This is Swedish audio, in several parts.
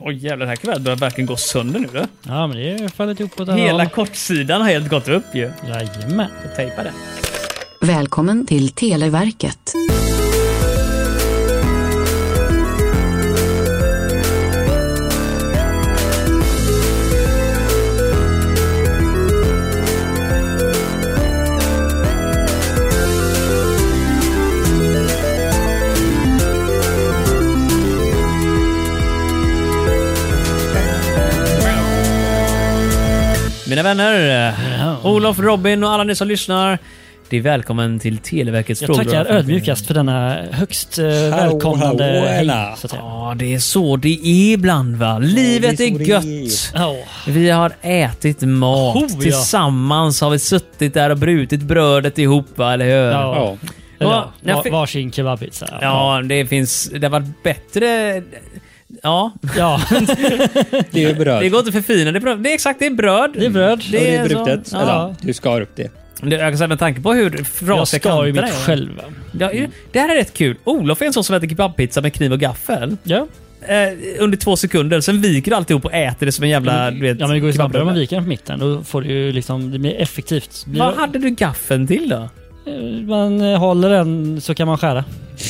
Oj jävlar, det här kuvertet börjar verkligen gå sönder nu. Då. Ja, men det är ju fallit ihop åt alla Hela håll. kortsidan har helt gått upp ju. Jajamän. Jag tejpar det. Välkommen till Televerket. Mina vänner, Olof, Robin och alla ni som lyssnar. Det är välkommen till Televerkets Jag frågor. tackar ödmjukast för denna högst eh, välkomnande hallå, hej, Ella. så att säga. Ja, det är så det är ibland va. Livet det är är så det gött. Ja, Vi har ätit mat. Oh, ja. Tillsammans har vi suttit där och brutit brödet ihop va, eller hur? ja. Ja. Eller, Ja, jag var- fick- Varsin kebabpizza. Ja, det finns... Det har varit bättre... Ja, ja. Det är ju bröd. det går inte att förfina. Det är, bröd. det är exakt, det är bröd. Det är bröd. det, det är så- brutet. ja. Eller, du skar upp det. Det- Jag kan säga med tanke på hur Jag frasiga skar ju kanterna mitt är. själv. Ja, ju- det här är rätt kul. Olof är en sån som äter kebabpizza med kniv och gaffel. Ja. Eh, under två sekunder, sen viker du alltihop och äter det som en jävla... Du vet, Mm. ja, men det går ju snabbare om man kebabrulle. viker den på mitten. Då får du ju liksom, det blir effektivt. Det blir- Vad hade du gaffeln till då? Eh, Man eh, håller den så kan man skära.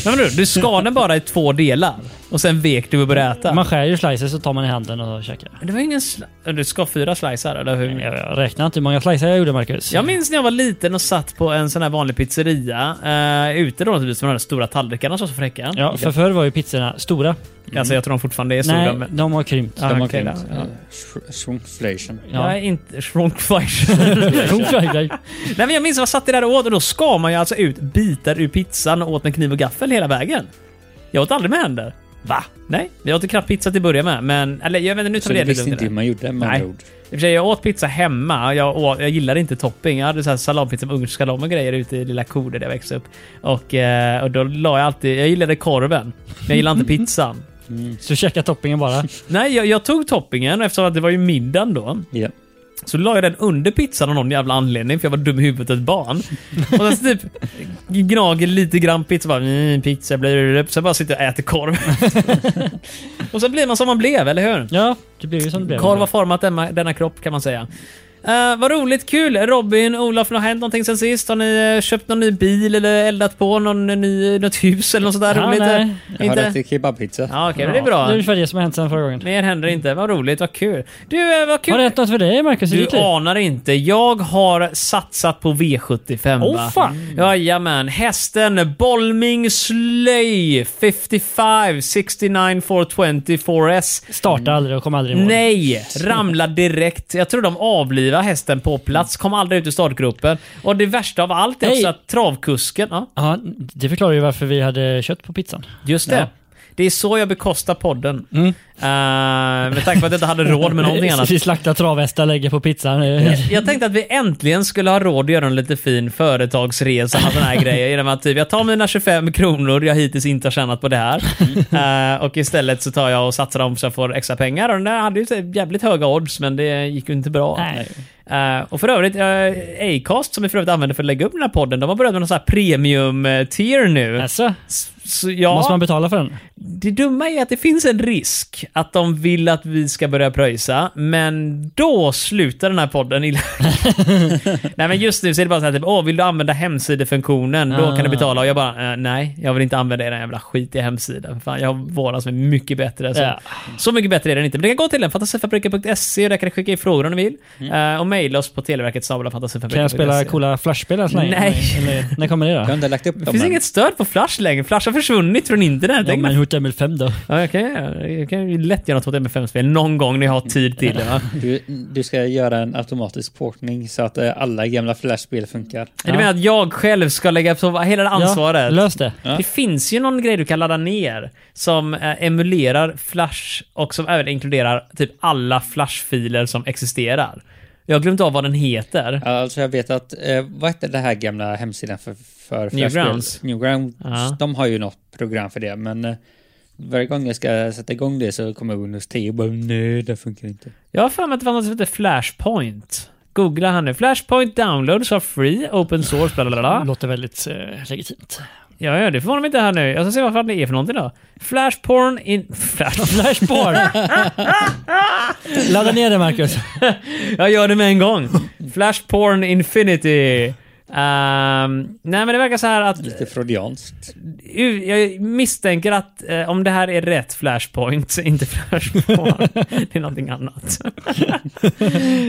Nej, men du, du skar den bara i två delar och sen vek du och började äta. Man skär ju slices så tar man i handen och käkar. Det var ingen... Sli- du skar fyra slicer, eller hur? Jag, jag räknar inte hur många slicer jag gjorde Marcus. Mm. Jag minns när jag var liten och satt på en sån här vanlig pizzeria. Eh, ute då naturligtvis med de här stora tallrikarna som var så fräcka. Ja, för förr var ju pizzorna stora. Alltså jag tror de fortfarande är stora. Nej, men... de har krympt. Ja, De har Ah, okej, krympt. ja. Ja. Sh- Shrinkflation. Ja. Jag är inte shrinkflation. Nej men jag minns att jag satt där och åt och då skar man ju alltså ut bitar ur pizzan och åt med kniv och gaffel hela vägen. Jag åt aldrig med händer. Va? Nej, jag åt knappt pizza till att börja med. Men, eller jag vet inte, nu tar Så vi du det visste lite inte hur man gjorde med Nej. andra ord. I och för sig, jag åt pizza hemma. Jag, åt, jag gillade inte topping. Jag hade så här salampizza med ungersk salam och grejer ute i lilla Kode där jag växte upp. Och, eh, och då la jag alltid... Jag gillade korven. Men jag gillade inte pizzan. Så du käkar toppingen bara. Nej, jag, jag tog toppingen eftersom att det var ju middagen då. Ja. Så la jag den under pizzan av någon jävla anledning för jag var dum i huvudet ett barn. Och sen så typ gnager lite grann pizza bara mm, pizza blir det. Sen bara sitter jag och äter korv. och sen blir man som man blev, eller hur? Ja, det blev ju som det blev. Korv har format denna, denna kropp kan man säga. Uh, vad roligt, kul! Robin, Olof, har hänt någonting sen sist? Har ni eh, köpt någon ny bil eller eldat på någon eh, ny, något hus eller något sådär Ja, roligt? nej. Jag har Inte? ätit kebabpizza. Ja, okej, men det är Det är bra. ungefär det som har hänt sedan förra gången. Mer händer inte. Vad roligt, vad kul. Du, eh, vad kul! Har det hänt något för dig Marcus i Du ditt liv? anar inte. Jag har satsat på V75. Åh, va? Mm. fan. Jajamän. Hästen Bolming Slöj 55 69 424S. Starta aldrig och kom aldrig i mål. Nej! Ramlade direkt. Jag tror de avlivade hästen på plats. Kom aldrig ut ur startgruppen. Och det värsta av allt är Hej. också att travkusken... Ja, Ja, det förklarar ju varför vi hade kött på pizzan. just det. Ja. Det är så jag bekostar podden. Mm. Eh, med tanke på att jag inte hade råd med någonting annat. Vi slaktar travhästar, lägger på pizzan. Jag tänkte att vi äntligen skulle ha råd att göra en lite fin företagsresa med såna här grejer. Genom att typ, jag tar mina 25 kronor jag hittills inte har tjänat på det här. Mm. Eh, och istället så tar jag och satsar dem så jag får extra pengar. Och den där hade ju så jävligt höga odds, men det gick ju inte bra. Nej. Eh, och för övrigt, eh, Acast som vi för övrigt använder för att lägga upp den här podden, de har börjat med någon sån här premium-tier nu. Alltså, S- Så, ja, måste man betala för den? det dumma är att det finns en risk att de vill att vi ska börja pröjsa, men då slutar den här podden illa. nej men just nu så är det bara så här typ, åh vill du använda hemsidefunktionen, då Ah. kan du betala. Och jag bara, eh, nej, jag vill inte använda den jävla skitiga hemsidan. Fan, jag har våra som är mycket bättre. Så, Ja. så mycket bättre är den inte. Men det kan gå till den, fantasifabriken.se, och där kan du skicka in frågor om du vill. Eh, och mejla oss på televerket Mm. Kan jag spela coola flashspel än så länge? Nej. Eller, när kommer det Jag har då? inte lagt upp Det dem finns än. inget stöd på Flash längre. Flash har försvunnit från internet. Det Ja, kan man men Hotel 5 då? Ja, jag kan, göra- jag kan ju lätt göra något åt MFM-spel någon gång när jag har tid till det. Va? Du, du ska göra en automatisk portning så att eh, alla gamla flashspel funkar. Du menar att jag själv ska lägga på hela det ansvaret? Ja, lös det. Det finns ju någon grej du kan ladda ner som eh, emulerar Flash och som även inkluderar typ alla Flash-filer som existerar. Jag har glömt av vad den heter. Alltså jag vet att, eh, vad hette det här gamla hemsidan för, för flashspel? Newgrounds. Newgrounds. Ja. De har ju något program för det, men eh, varje gång jag ska sätta igång det så kommer Windows 10 och bara nej, det funkar inte. Jag har för mig att det fanns något som hette Flashpoint. Googla här nu. Flashpoint downloads are free, open source, bla bla bla. Låter väldigt eh, legitimt. Ja, ja, det förvånar mig inte här nu. Jag ska se vad fan det är för någonting då. Flashporn in... Flash... Flashporn! Ladda ner det Marcus. Jag gör det med en gång. Flashporn Infinity. Ehm, nej men det verkar så här att... Lite freudianskt. U- Jag misstänker att eh, om det här är rätt Flashpoint, så är inte Flashpoint. det är någonting annat.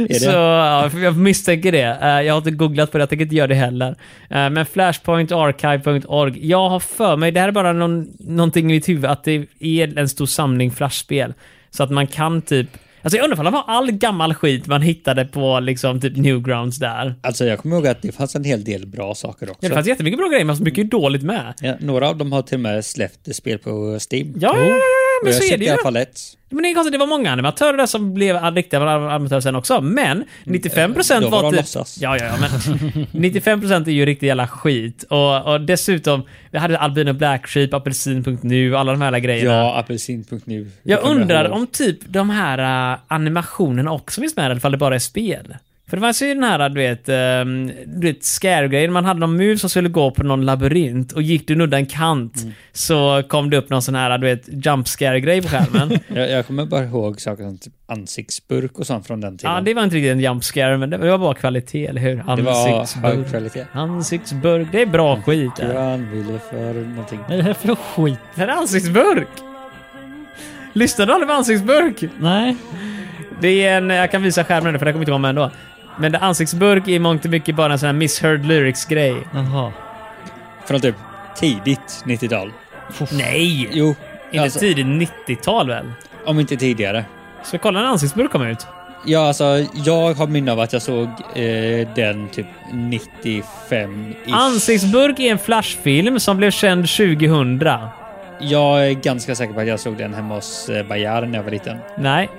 det? Så ja, för jag misstänker det. Eh, jag har inte googlat på det, jag tänker inte göra det heller. Eh, men flashpointarchive.org. Jag har för mig, det här är bara någon, någonting i mitt huvud, att det är en stor samling flashspel. Så att man kan typ... Alltså jag undrar om det var all gammal skit man hittade på liksom typ Newgrounds där. Alltså jag kommer ihåg att det fanns en hel del bra saker också. Ja, det fanns jättemycket bra grejer, men så mycket dåligt med. Ja, några av dem har till och med släppt spel på Steam. Ja, ja, ja, ja, men Och jag så är köpte det i ju. alla fall ett. Men det är konstigt, det var många animatörer där som blev riktiga animatörer sen också, men 95% Mm, eh, Då var var de typ... låtsas. Ja, ja, ja, men 95% är ju riktig jävla skit. Och, och dessutom, vi hade Albino Black Sheep, Apelsin.nu, alla de här jävla grejerna. Ja, apelsin.nu. Det jag kommer undrar ihåg. om typ de här äh, animationerna också finns med, eller ifall det bara är spel. För det fanns ju den här, äh, du vet, ehm, du vet scare-grejen. Man hade någon mus som skulle gå på någon labyrint och gick du nudda en kant Mm. så kom det upp någon sån här, äh, du vet, jump scare-grej på skärmen. Jag, jag kommer bara ihåg saker som typ ansiktsburk och sånt från den tiden. Ja, det var inte riktigt en jump scare, men det det var bara kvalitet, eller hur? det var Ansiktsburk. hög kvalitet. Ansiktsburk, det är bra skit. Det Grön ville för någonting. Vad är det här för skit? här är ansiktsburk! Lyssnade du aldrig på ansiktsburk? Nej. Det är en, jag kan visa skärmen nu för det kommer inte vara med ändå. Men det, ansiktsburk är i mångt och mycket bara en sån här misheard lyrics-grej. Jaha. Från typ tidigt 90-tal. Nej! Jo, Inte alltså, tidigt 90-tal väl? om inte tidigare. Så kolla när ansiktsburk kom ut. Ja, alltså jag har minne av att jag såg eh, den typ 95 -ish. Ansiktsburk är en flashfilm som blev känd 2000. Jag är ganska säker på att jag såg den hemma hos eh, Bajar när jag var liten. Nej,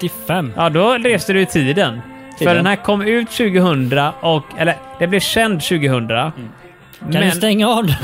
95. Ja, då reste du i tiden. För Tiden. den här kom ut 2000 och... Eller, den blev känd 2000. Mm. Kan Men, du stänga av den?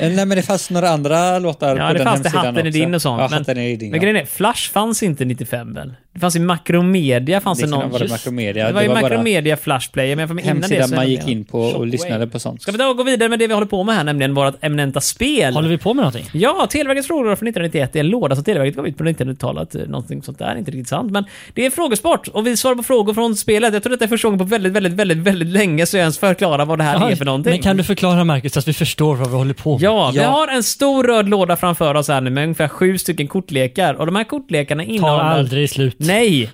Eh, nej, men det fanns några andra låtar Ja, på det den fanns det hemsidan Hatten är också. din och sånt. Ja, men- Hatten är din. men ja. grejen är, Flash fanns inte 95 väl? Det fanns i Makromedia fanns Det det, kan ha någon... varit Just- Makromedia. Det var Det ju var bara Makromedia Flash Player, men jag får med innan det Hemsidan så... man gick in på och lyssnade på sånt. Ska vi då gå vidare med det vi håller på med här, nämligen vårt eminenta spel? Håller vi på med någonting? Ja, Televerkets frågor från 1991 är en låda som Televerket gav ut på 1900-talet. eh, Någonting sånt där, inte riktigt sant. Men det är frågesport och vi svarar på frågor från spelet. Jag tror detta är första gången på väldigt, väldigt, väldigt, väldigt länge så jag ens förklarar vad det här är för någonting. Men kan du förklara Marcus så att vi förstår vad vi håller på med? Ja, vi Ja. har en stor röd låda framför oss här nu med ungefär sju stycken kortlekar. Och de här kortlekarna Tar innehåller... aldrig slut. Nej!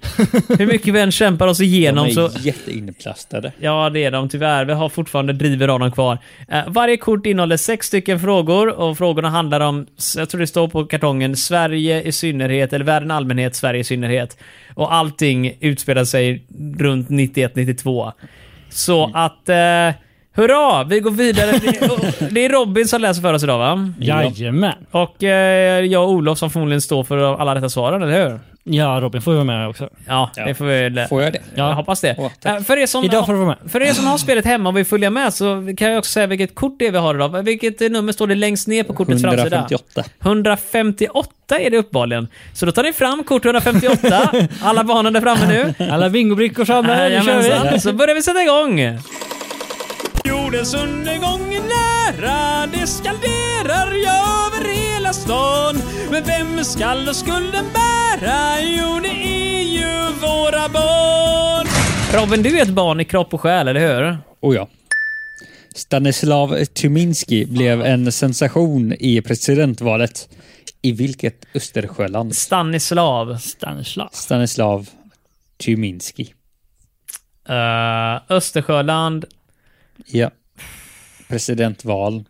Hur mycket vi än kämpar oss De igenom är så... jätteinplastade. Ja, det är de tyvärr. Vi har fortfarande driver av dem kvar. Eh, varje kort innehåller sex stycken frågor och frågorna handlar om, jag tror det står på kartongen, Sverige i synnerhet, eller världen i allmänhet, Sverige i synnerhet. Och allting utspelar sig runt 91-92. Så Mm. att, eh, hurra! Vi går vidare. Det, och- det är Robin som läser för oss idag va? Jajamän. Och eh, jag och Olof som förmodligen står för alla rätta svaren, eller hur? Ja, Robin får ju vara med också. Ja, Ja. det får vi väl... Får jag det? Ja. Jag hoppas det. Åh, tack. Eh, för, er som, Idag får du vara med. för er som har spelet hemma och vill följa med så kan jag också säga vilket kort det är vi har idag. Vilket eh, nummer står det längst ner på kortets framsida? 158. 158 är det uppenbarligen. Så då tar ni fram kort 158. Alla barnen där framme nu. Alla bingobrickor framme, nu kör vi! Jajamensan, så börjar vi sätta igång. Jordens undergång är nära, det skalderar jag över hela stan. Men vem skall då skulden bära? Jo, det är ju våra barn. Robin, du är ett barn i kropp och själ, eller hur? Oh ja. Stanislav Tyminski blev en sensation i presidentvalet. I vilket Östersjöland? Stanislav. Stanislav. Stanislav Tyminski. Eh, Östersjöland. Ja. Presidentval.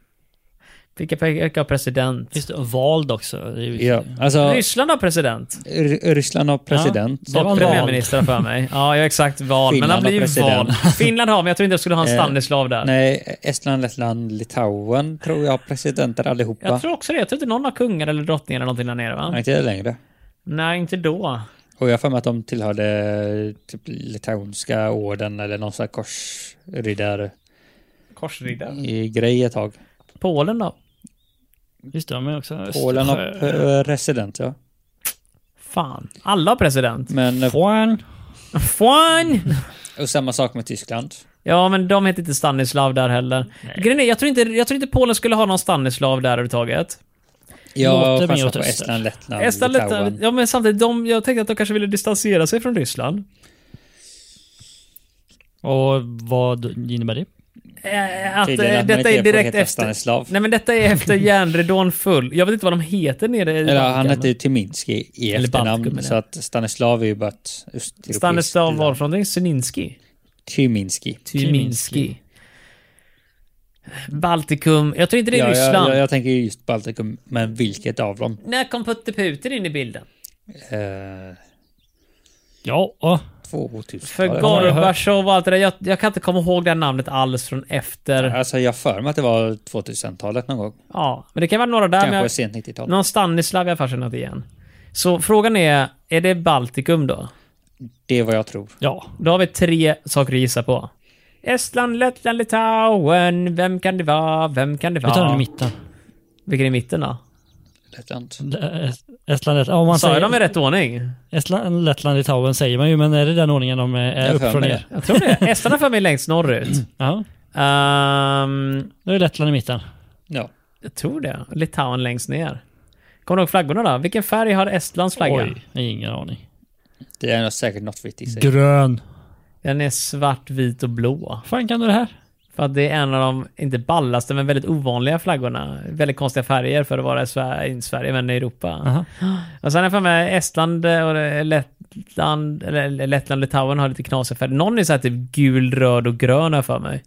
Vilka pekar president? Just det, och vald också. Det är ju- Ja. Alltså, Ryssland har president. R- Ryssland har president. Det var Och en premiärminister för mig. Ja, jag är exakt val. Finland men han blir har ju president. val. Finland har, men jag tror inte jag skulle ha en Eh, Stanislav där. Nej, Estland, Lettland, Litauen tror jag har presidenter allihopa. Jag tror också det. Jag tror inte någon har kungar eller drottningar eller någonting där nere va? Nej, Nej, inte det längre. inte då. Och jag har för mig att de tillhörde typ litauiska orden eller någon sån här korsriddar-grej Korsriddare. ett tag. Polen då? Just det, de är också Polen har Östersjö. pre- president, ja. Fan. Alla har president. Men, eh, Polen. Fan! och samma sak med Tyskland. Ja, men de heter inte Stanislav där heller. Grejen är, jag tror inte, jag tror inte Polen skulle ha någon Stanislav där överhuvudtaget. Låter Jag mer chansar åt på öster. Estland, Lettland, Estland, Lettland, Litauen. eh, ja men samtidigt, de, jag tänkte att de kanske ville distansera sig från Ryssland. Och vad innebär det? Eh, Att, eh, Tydligen att man detta inte är får direkt heta efter... Stanislav. Nej men detta är efter järnridån full. Jag vet inte vad de heter nere i Eller han Balkan. hette ju Timinski i Eller Baltikum, efternamn, menar så att Stanislav är ju bara ett östeuropeiskt Stanislav land. var från någonting? Syninski? Tyminski. Tyminski. Baltikum. Jag tror inte det är Ja, jag, Ryssland. jag, jag tänker ju just Baltikum, men vilket av dem? När kom Putte Putin in i bilden? Eh, Ja, åh. 2000 För Ja, det var det. Gorbatjov och allt det där. Jag, jag kan inte komma ihåg det här namnet alls från efter. Alltså jag har för mig att det var 2000-talet någon gång. Ja, men det kan vara några där. Kanske Men jag, sent 90-tal. någon Stanislav jag har för mig något igen. Så frågan är, är det Baltikum då? Det är vad jag tror. ja. Då har vi tre saker att gissa på. Estland, Lettland, Litauen. Vem kan det vara? Vem kan det Vi tar den i vara? mitten. Vilken är mitten då? Lettland. Estland, Lettland. Ja, man Sa säger, jag dem i rätt ordning? Estland, Lettland, Litauen säger man ju, men är det den ordningen de är- är Jag upp för från mig ner? Jag tror det. Estland har för mig längst norrut. Ja, Ehm, då är Lettland i mitten. Ja. jag tror det. Litauen längst ner. Kommer du ihåg flaggorna då? Vilken färg har Estlands flagga? Oj, ingen aning. Det är nog säkert något vitt i sig. Grön. Den är svart, vit och blå. fan kan du det här? För att det är en av de, inte ballaste, men väldigt ovanliga flaggorna. Väldigt konstiga färger för att vara i Sverige, inte Sverige, men i Europa. Aha. Och sen har jag för mig Estland eh, och Lettland, eller Lettland och Litauen har lite knasiga färger. Någon är så här typ gul, röd och grön har jag för mig.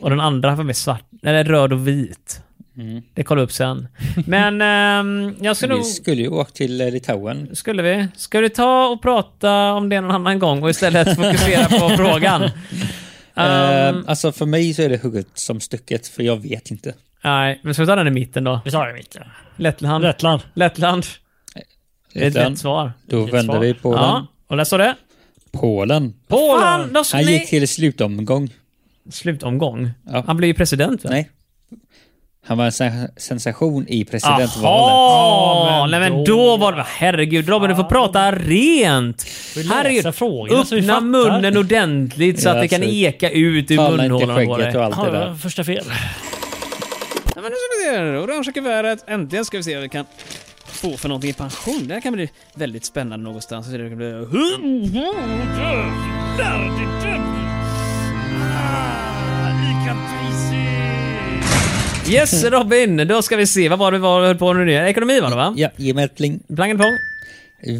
Och den andra har för mig svart, eller röd och vit. Mm. Det kollar jag upp sen. Men ehm, jag skulle nog... Vi skulle ju åka till eh, Litauen. Skulle vi? Ska du ta och prata om det någon annan gång och istället fokusera på frågan? Ehm, Eh, alltså för mig så är det hugget som stucket, för jag vet inte. nej, men ska vi ta den i mitten då? Vi tar den i mitten. Lettland. Lettland. Lettland. Det är ett Lettland. lätt svar. Då Vilket vänder svar. vi på Ja, och där står det. den. Polen. Polen. Fan, de Han gick nej. till slutomgång. Slutomgång. Ja. Han blir ju president va? Nej. Han var en sen- sensation i presidentvalet. Jaha! Ja, Nej men men då då var det... Herregud Robin, du får prata rent! Vi Herregud, läser frågorna så vi öppna fattar. munnen ordentligt så Ja, att det kan absolut. eka ut ur Tala inte munhålorna på dig. skägget och allt det Ja, det där. var första fel. Ja, men nu ska vi se. det Orangea kuvertet. Äntligen ska vi se vad vi kan få för någonting i pension. Det här kan bli väldigt spännande någonstans. Så det kan bli... Yes Robin, då ska vi se. Vad var det vi var- höll på med nu? Ekonomi var det va? Ja, ge mig ett pling. Plangen pong.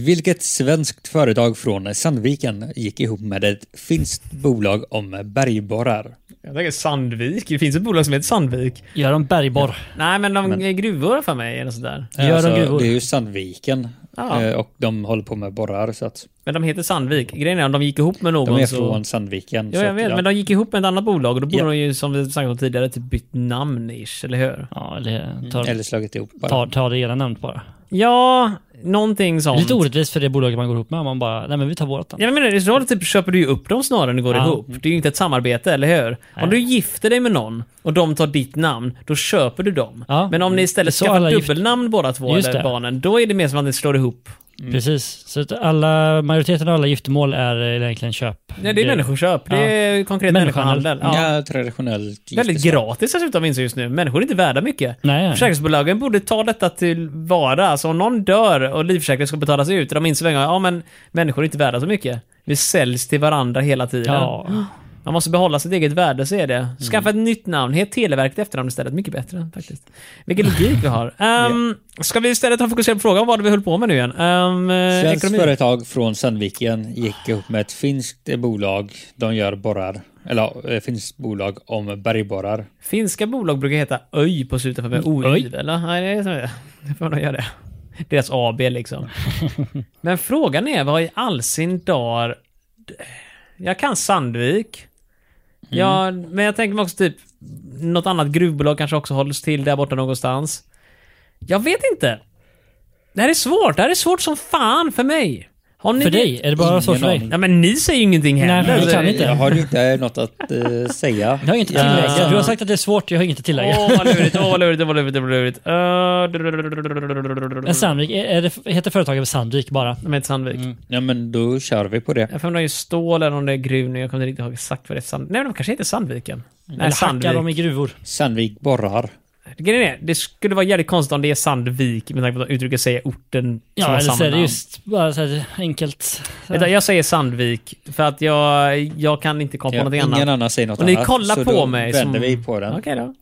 Vilket svenskt företag från Sandviken gick ihop med ett finskt bolag om bergborrar? Jag tänker Sandvik. Det finns ett bolag som heter Sandvik. Gör en bergborr. Nej men de är gruvor för mig eller sådär. Gör de gruvor? Alltså, det är ju Sandviken Ja. eh, och de håller på med borrar så att Men de heter Sandvik. Grejen är om de gick ihop med någon de är så... från Sandviken. Ja, så jag att, vet, men de gick ihop med ett annat bolag och då borde Ja. de ju, som vi snackade om tidigare, typ bytt namn ish, eller hur? Ja, Mm. eller ta, Eller slagit ihop bara. ta, ta det era namn bara. Ja, någonting sånt. Lite orättvist för det bolaget man går ihop med om man bara, nej men vi tar vårat namn. Jag menar, i så fall typ köper du ju upp dem snarare än det går Ja. ihop. Det är ju inte ett samarbete, eller hur? Om du gifter dig med någon och de tar ditt namn, då köper du dem. Ja. Men om ni istället Så skaffar alla gift- dubbelnamn båda två, Just eller det. barnen, då är det mer som att ni slår ihop. Mm. Precis. Så att alla, majoriteten av alla giftermål är eh, egentligen köp. Nej, det är människoköp. Det är konkret Människohandel. människohandel. Ja. Ja, traditionellt. Väldigt giftes- gratis dessutom inser jag just nu. Människor är inte värda mycket. Nej. Försäkringsbolagen borde ta detta till vara. Alltså om någon dör och livförsäkringen ska betalas ut, de inser väl en gång, ja men människor är inte värda så mycket. Vi säljs till varandra hela tiden. Ja. Man måste behålla sitt eget värde, så är det. Skaffa ett nytt namn. Het Televerket i efternamn istället. Mycket bättre faktiskt. Vilken logik vi har. Um, Ska vi istället ha fokuserat på frågan, vad var det vi höll på med nu igen? Um, eh, Svenskt ekonomi. företag från Sandviken gick ihop med ett finskt bolag. De gör borrar, eller eh, finskt bolag om bergborrar. Finska bolag brukar heta Öj på slutet för med OJ, eller? Nej, det är så det är. får de göra det. Deras AB liksom. Men frågan är vad i all sin dar... Jag kan Sandvik. Mm. Ja, men jag tänker mig också typ något annat gruvbolag kanske också hålls till där borta någonstans. Jag vet inte. Det här är svårt. Det här är svårt som fan för mig. Har ni För det? dig? Är det bara så Ingen för dig? aning. Ja, men ni säger ju ingenting heller. Alltså, Nej, vi Så- kan inte. Jag Eh, har ju inte något att eh, säga. Jag har inget att Ja. tillägga. Du har sagt att det är svårt, jag har inget att tillägga. Åh, vad lurigt, åh, vad lurigt, åh, vad lurigt, åh, vad lurigt. Men Uh, Sandvik, är, är det, heter företaget Sandvik bara? De heter Sandvik. Ja, men då kör vi på det. Jag får om de är stål eller om det är gruv nu. Jag kommer inte riktigt ihåg exakt vad det är. Sand... Nej, men de kanske heter Sandviken. Nej, Eller hackar de Mm. Sandvik. i gruvor? Sandvik borrar. Grejen är, det skulle vara jävligt konstigt om det är Sandvik med tanke på att de uttrycker sig orten som Ja, har eller så samma är det namn. just bara så här enkelt. Utan jag säger Sandvik för att jag, jag kan inte komma på Ja, någonting ingen annat. annan säger något Och ni annat. kollar så på då mig vänder som- vi på den. Okej då.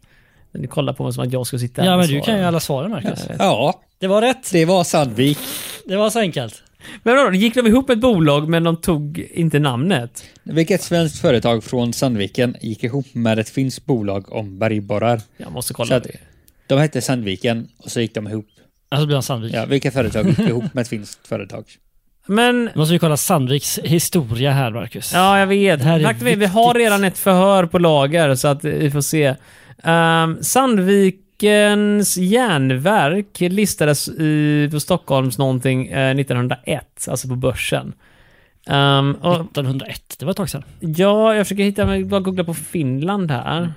Men ni kollar på mig som att jag skulle sitta här Ja, och men du svara. kan ju alla svaren Marcus. Ja, Det var rätt. det var Sandvik. Det var så enkelt. Men vadå, gick de ihop ett bolag men de tog inte namnet? Vilket svenskt företag från Sandviken gick ihop med ett finskt bolag om bergborrar? Jag måste Så kolla. att det. de hette Sandviken och så gick de ihop. Alltså blir han Sandvik. Ja, vilka företag gick ihop med ett finskt företag? Men, Nu måste vi kolla Sandviks historia här Marcus. ja jag vet. Det här är Faktum är, vi viktigt. har redan ett förhör på lager så att eh, vi får se. Ehm, Sandvikens järnverk listades i, på Stockholms någonting eh, 1901, alltså på börsen. Ehm, och, 1901, det var ett tag sedan. ja, jag försöker hitta, men bara googla på Finland här.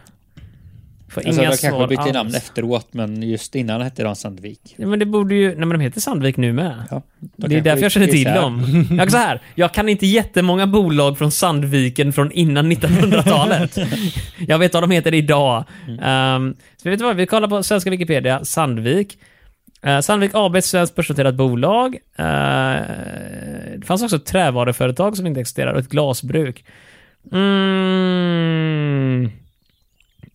Får Alltså, inga de svar kanske bytte alls. namn efteråt, men just innan hette de Sandvik. Ja, men det borde ju... Nej men de heter Sandvik nu med. Ja, det de är kanske därför jag känner gick till isär. dem. Jag, så här, jag kan inte jättemånga bolag från Sandviken från innan 1900-talet. jag vet vad de heter idag. Ehm, så vet du vad, vi kollar på svenska Wikipedia, Sandvik. Eh, Sandvik AB är ett svenskt börsnoterat bolag. Eh, det fanns också ett trävaruföretag som inte existerar och ett glasbruk. Mm.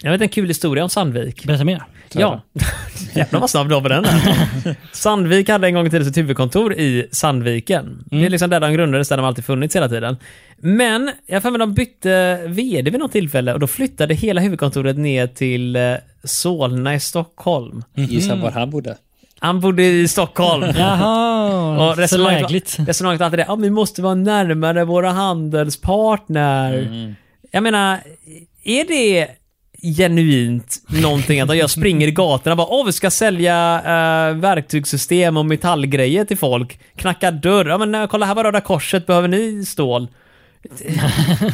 Jag vet en kul historia om Sandvik. Berätta mer. Ja, jävlar vad snabb du var på den. här. Sandvik hade en gång i tiden sitt huvudkontor i Sandviken. Det är liksom där de grundades, där de alltid funnits hela tiden. Men jag har för mig de bytte vd vid något tillfälle och då flyttade hela huvudkontoret ner till eh, Solna i Stockholm. Gissa var han bodde. Han bodde i Stockholm. Jaha, Och och så lägligt. resonemanget, resonemanget var alltid det, ja, vi måste vara närmare våra handelspartner. Jag menar, är det genuint någonting att jag springer i gatorna och bara, åh vi ska sälja eh, verktygssystem och metallgrejer till folk. Knacka dörr, ja men eh, kolla här var Röda Korset, behöver ni stål?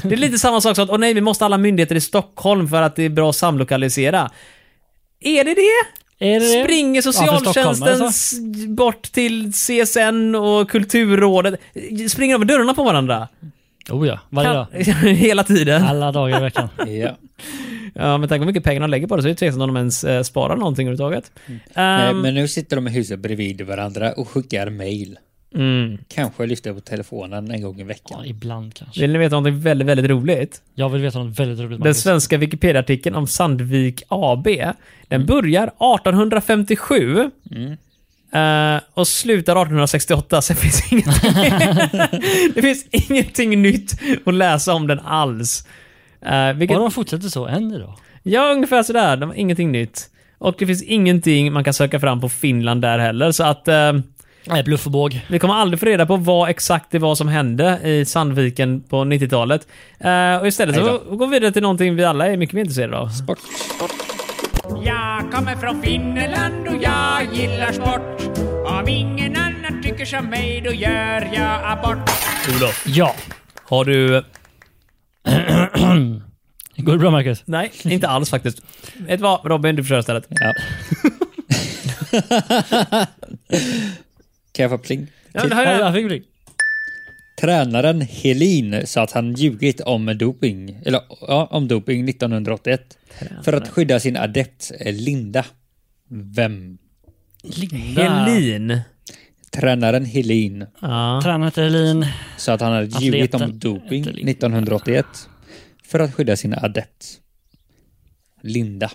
Det är lite samma sak som att, åh nej vi måste ha alla myndigheter i Stockholm för att det är bra att samlokalisera. Är det det? Är det det? Springer Ja, för socialtjänsten stockholmare, s- bort till CSN och Kulturrådet? Springer de med dörrarna på varandra? Oh ja, varje dag. Hela tiden. Alla dagar i veckan. Ja. Ja, med tanke på hur mycket pengar de lägger på det så är det tveksamt om de ens eh, sparar någonting överhuvudtaget. Mm. Nej, Ehm, men nu sitter de i huset bredvid varandra och skickar mejl. Mm. Kanske lyfter på telefonen en gång i Ja, veckan. ibland kanske. Vill ni veta något väldigt, väldigt roligt? Jag vill veta något väldigt roligt Den Marcus. svenska Wikipedia-artikeln om Sandvik AB, den börjar 1857 eh, och slutar 1868, sen finns ingenting, det finns ingenting nytt att läsa om den alls. Eh, vilket, Och de fortsätter så än idag. ja, ungefär sådär. De har ingenting nytt. Och det finns ingenting man kan söka fram på Finland där heller, så att eh, Nej, bluff och båg. vi kommer aldrig få reda på vad exakt det var som hände i Sandviken på 90-talet. Eh, och istället så Aj går vi vidare till någonting vi alla är mycket mer intresserade av. Bort. Jag kommer från Finland och jag gillar sport. Om ingen annan tycker som mig då gör jag abort. Olof, Ja. har du... Går det bra Marcus? Nej, inte alls faktiskt. Vet du vad? Robin, du försöker istället. Ja. kan jag få pling? Typ Ja, men hör Ja, jag. jag fick bli. Tränaren Helin sa att han ljugit om doping, eller ja, om doping 1981 för att skydda sin adept eh, Linda. Vem? Helin. Tränaren Helin Ja. Tränat Elin. sa att han hade Atleten. ljugit om doping Atleten. 1981 för att skydda sin adept. Linda.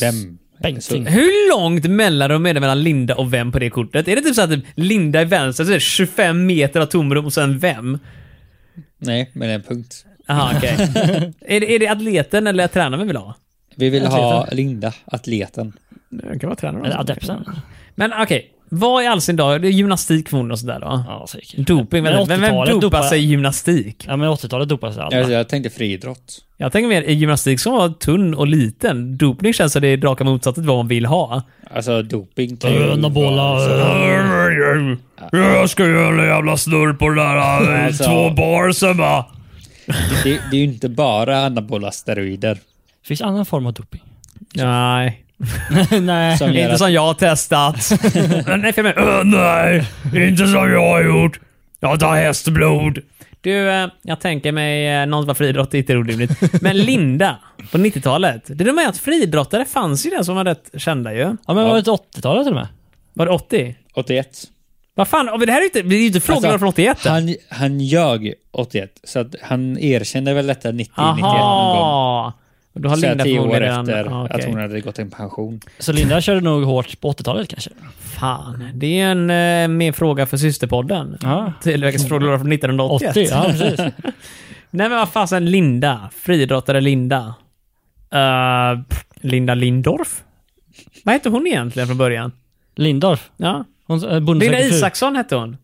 Vem? Bengtzing. Hur långt mellanrum är det mellan Linda och vem på det kortet? Är det typ så att typ Linda är vänster, så är det 25 meter av tomrum och sen vem? Nej, men en punkt. Jaha, okej. är, det, är det atleten eller tränaren vi vill ha? Vi vill ha Linda, atleten. Det kan vara Eller tränaren. adepten. Men okej, Vad i all sin dag? Det är gymnastik förmodligen och sådär då. Ja, säkert. Doping, Men vem, vem, vem 80-talet dopar dopar- sig i gymnastik? Ja, men 80-talet dopades Jag, alla. Alltså, jag tänkte friidrott. Jag tänker mer i gymnastik som var tunn och liten. Dopning känns som det är raka motsatsen till vad man vill ha. Alltså doping kan ju... Anabola... Jag ska göra en jävla snurr på det där. eh, Alltså. två barsen va? Det, det är ju inte bara anabola steroider. Finns annan form av doping? Nej. Nej. Som gör Inte att, som jag har testat. nej, för mig. Öh, nej, inte som jag har gjort. Jag tar hästblod. Du, eh, jag tänker mig eh, någon som var friidrott, inte orimligt. Men Linda, på 90-talet. Det dumma är att friidrottare fanns ju där som var rätt kända ju. Ja, men var det 80-talet till och med? Var det 80? 81. Vad fan, det här är ju inte, det är ju inte frågor Alltså, från 81. Han, han ljög 81, så att han erkände väl detta 90-91 någon gång. Aha! Då har Så här Linda tio år förmodligen... efter Ja, att Ah, okej. hon hade gått i pension. Så Linda körde nog hårt på 80-talet kanske? Fan, det är ju en eh, mer fråga för systerpodden. Ja. Tillväxtfrågor från 1981. 80, ja precis. Nej men vad fasen, Linda. Friidrottare Linda. Eh, pff, Linda Lindorff? Vad hette hon egentligen från början? Lindorf. Ja. Hon, äh, bonde Linda söker fru. Isaksson hette hon.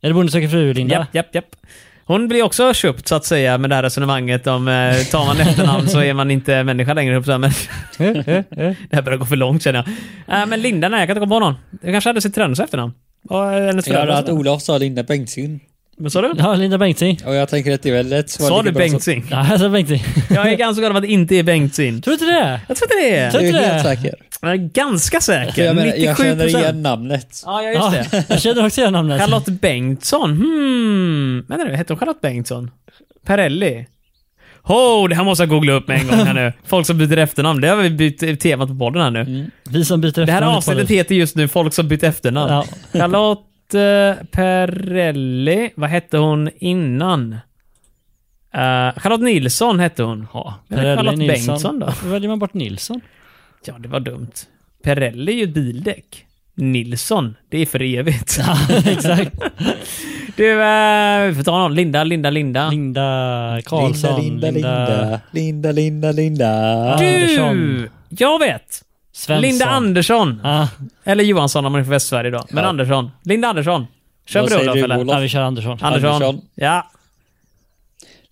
Är det Bonde söker fru, Linda? Japp, japp, japp. Hon blir också köpt så att säga med det här resonemanget om eh, tar man efternamn så är man inte människa längre. ihop så här, Men Eh, det här börjar gå för långt känner jag. Eh, men Linda, nej jag kan inte komma på någon. Jag kanske hade sitt Trönös efternamn. Och eh, hennes Jag hörde att föräldrar. Olof sa Linda Bengtzing. Vad sa du? Ja, Linda Bengtzing. Och jag tänker att det är väl ett svar Sa du lika bra som- Bengtzing? Ja, alltså Bengtzing. Jag är ganska glad om att det inte är Bengtzing. Tror du inte det? Jag tror inte det är. Du är Tror du helt det? säker? Jag är ganska För säker. Jag, menar, 97%. jag känner igen namnet. Ja, ja, just det. Ja, jag känner också igen namnet. Charlotte Bengtsson. Hmm. Vänta nu, hette hon Charlotte Bengtsson? Perelli? Oh, det här måste jag googla upp med en gång här nu. Folk som byter efternamn. Det har vi bytt temat på podden här nu. Vi som byter Det här efternamn i avsnittet podden. heter just nu Folk som bytt efternamn. Ja. Charlotte eh, Perelli. Vad hette hon innan? Eh, Charlotte Nilsson hette hon. Ja, Men det är Perrelli, Charlotte Nilsson. Bengtsson då? Då väljer man bort Nilsson. Ja, det var dumt. Perelli är ju ett bildäck. Nilsson, det är för evigt. Exakt. Du, eh, vi får ta någon. Linda, Linda, Linda. Linda Karlsson. Linda, Linda, Linda, Linda, Linda, Linda. Du! Andersson. Jag vet! Svensson. Linda Andersson. Ja, Eller Johansson om man är från Västsverige då. Men Ja. Andersson. Linda Andersson. Kör Vad vi det säger Olof du, eller? Olof? ja, vi kör Andersson. Andersson. Andersson. Ja.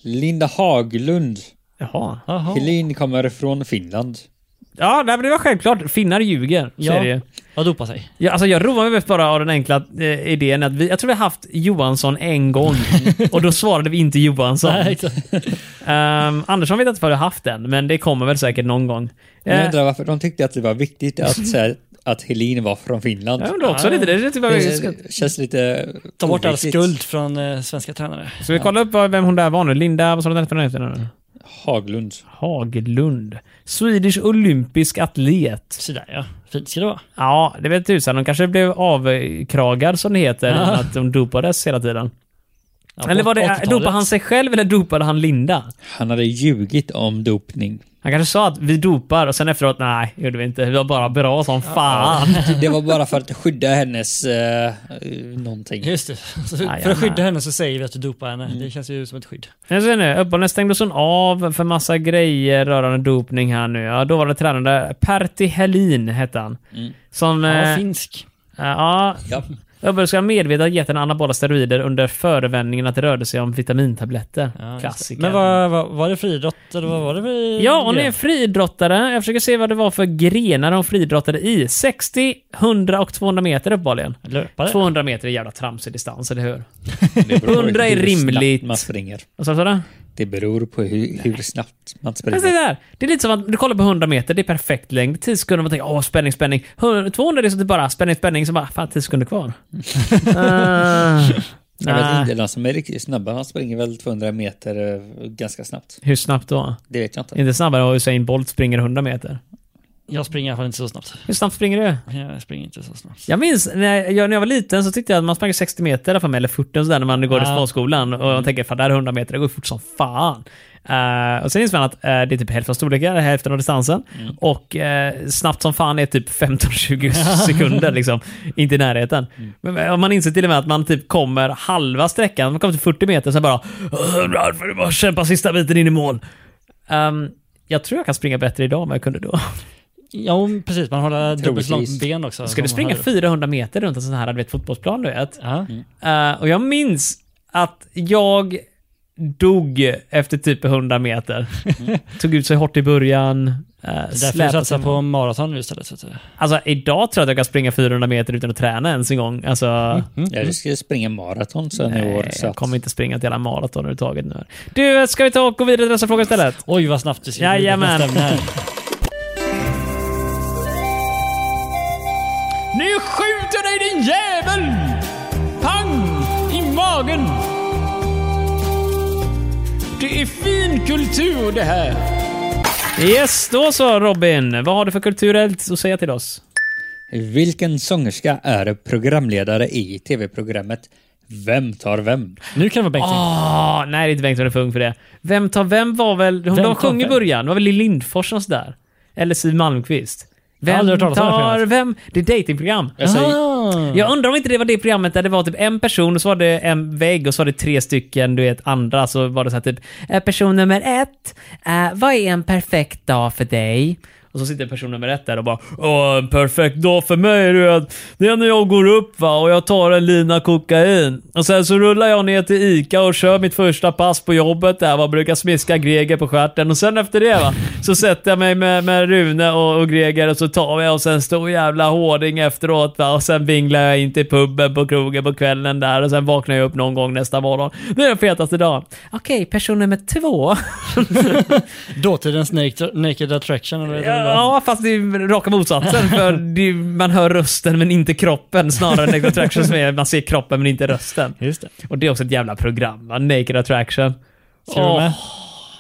Linda Haglund. Jaha. Jaha. Helin kommer från Finland. Ja, nej, men det var självklart. Finnar ljuger. Ja. Ja. Det. Vad dopar sig? Ja, alltså jag roar mig mest bara av den enkla eh, idén att vi, jag tror vi har haft Johansson en gång och då svarade vi inte Johansson. Nej, exakt. Ehm, Andersson vet jag inte vad du har haft den, men det kommer väl säkert någon gång. Jag Eh, undrar varför de tyckte att det var viktigt att säga att Helin var från Finland. jag undrar också lite. Det, det, det, Det känns lite... Ta bort all oriktigt. skuld från eh, svenska tränare. Ska vi kolla upp vad- vem hon där var nu? Linda, vad sa du för nu? Haglund. Haglund. Swedish olympisk atlet. Sådär ja. Fint ska det vara. Ja, det vet tusan. De kanske blev avkragad som det heter. Ja. Att de dopades hela tiden. Ja, på eller var det, 80-talet. dopade han sig själv eller dopade han Linda? Han hade ljugit om dopning. Han kanske sa att vi dopar och sen efteråt, nej, gjorde vi inte. Vi var bara bra som fan. Det var bara för att skydda hennes... eh, eh, någonting. Just det. Så för Jajamän. att skydda henne så säger vi att du dopar henne. Det känns ju som ett skydd. Jag ser nu, uppehållet stängdes hon av för massa grejer rörande dopning här nu. Ja, då var det tränare Pertti Helin hette han. Som... Ja, eh, finsk. Ja. Mm. Ja. Öberg ska medvetet ha gett en anabola steroider under förevändningen att det rörde sig om vitamintabletter. Ja, just det. Klassiker. Men vad, vad, var det friidrott eller vad var det för Ja, hon är gren? en friidrottare. Jag försöker se vad det var för grenar hon friidrottade i. 60, 100 och 200 meter uppenbarligen. löpare. 200 meter är jävla tramsig distans, eller hur? Det beror på Hundra är hur snabbt rimligt. Man springer. Vad sa du? sa du? Det beror på hur, hur snabbt man Men se springer. där. Det är lite som att du kollar på 100 meter, det är perfekt längd. 10 sekunder, man tänker åh, spänning, spänning. 100, 200 det är så typ bara spänning, spänning, så bara fan 10 sekunder kvar. Ah. Jag vet Nej. inte, de som är riktigt snabba, de springer väl 200 meter eh, ganska snabbt. Hur snabbt då? Det vet jag inte. Inte snabbare än vad Usain Bolt springer 100 meter. Jag springer i alla fall inte så snabbt. Hur snabbt springer du? Jag springer inte så snabbt. Jag minns när jag, när jag var liten så tyckte jag att man sprang 60 meter i alla fall, eller 40 och sådär när man går i Ja. småskolan. Och man tänker fan det här är 100 meter, det går fort som fan. Eh, och sen inser man att eh, det är typ hälften av storleken, hälften av distansen. Och eh, snabbt som fan är typ 15-20 sekunder liksom. Inte i närheten. Men eh, om man inser till och med att man typ kommer halva sträckan, man kommer till 40 meter så bara "Åh, varför bara kämpa sista biten in i mål. Ehm, jag tror jag kan springa bättre idag än vad jag kunde då. Ja, precis. Man har dubbelt Troligtvis. långt ben också. Ska du som springa har- 400 meter runt en sån här du vet, fotbollsplan du vet? Ja. Eh, och jag minns att jag dog efter typ 100 meter. Tog ut sig hårt i början. Uh, Mm. Det är Därför satsar på maraton nu istället. Så att säga. Alltså idag tror jag att jag kan springa 400 meter utan att träna ens en gång. Alltså, Mm. Jag ska springa maraton sen i år. nej, Så jag att, kommer inte springa till alla maraton överhuvudtaget nu. Du, ska vi ta och gå vidare till nästa fråga istället? Oj, vad snabbt du skriver ut Jajamän. nästa ämne här. Nu skjuter dig din jävel! Pang! I magen! Det är fin kultur det här. Yes, då så Robin. Vad har du för kulturellt att säga till oss? vilken sångerska är programledare i tv-programmet Vem tar vem? Nu kan det vara Bengt. Ah, nej, det är inte Bengt som är för ung för det. Vem tar vem var väl... Hon Vem de tar sjöng i vem? början. Det var väl Lill Lindfors och sådär. Eller Siw Malmkvist. Jag har aldrig Vem hört talas om det här tar programmet. vem? Det är datingprogram. Jag säger, Ah. Jag undrar om inte det var det programmet där det var typ en person och så var det en vägg och så var det tre stycken, du vet, andra. Så var det så här typ, eh, person nummer ett, eh, vad är en perfekt dag för dig? Och så sitter person nummer ett där och bara, Åh, en perfekt dag för mig är det, ju att det är när jag går upp va och jag tar en lina kokain. Och sen så rullar jag ner till ICA och kör mitt första pass på jobbet där va, brukar smiska Greger på stjärten. Och sen efter det va, så sätter jag mig med, med Rune och, och Greger och så tar vi oss en stor jävla hårding efteråt va. Och sen vinglar jag in till puben på krogen på kvällen där och sen vaknar jag upp någon gång nästa morgon. Det är den fetaste dagen. Okej, person nummer två. Dåtidens naked, naked attraction. Eller vad heter det då? Ja, fast det är raka motsatsen. För det är, man hör rösten men inte kroppen. Snarare än Naked Attraction som är man ser kroppen men inte rösten. Just det. Och det är också ett jävla program, va? Naked Attraction. Ska du vara med?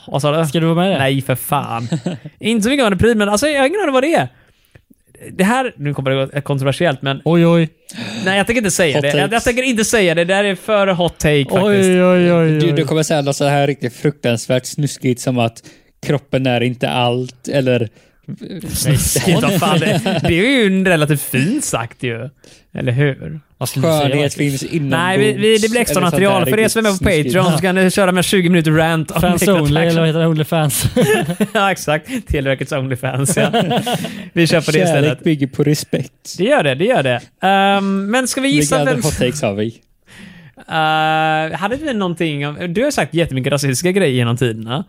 Vad sa du? Ska du vara med i det? Nej, för fan. inte så mycket om en pryl, men alltså, jag har ingen aning vad det är. Det här, nu kommer det vara kontroversiellt, men Oj, oj. nej, jag tänker inte säga Hot det. Jag, jag takes. tänker inte säga det. Det här är för hot take faktiskt. Oj, oj, oj. du, oj. du kommer säga något så här riktigt fruktansvärt snuskigt som att kroppen är inte allt eller Snuskigt som fan. Det, det är ju en relativt fint sagt ju. Eller hur? Vad Alltså, skulle du säga? skönhet finns inom Nej, vi, vi, det blir extra material. För er som är med på Patreon så kan ni köra med 20 minuter rant om Fans Naked only, eller Attraction. vad heter det? Onlyfans. Ja, exakt. Televerkets Onlyfans, ja. Vi kör på det istället. Kärlek bygger på respekt. Det gör det, det gör det. Ehm, men ska vi Vilka gissa andra vem... hot takes har vi? Eh, hade vi någonting om... Du har sagt jättemycket rasistiska grejer genom tiderna.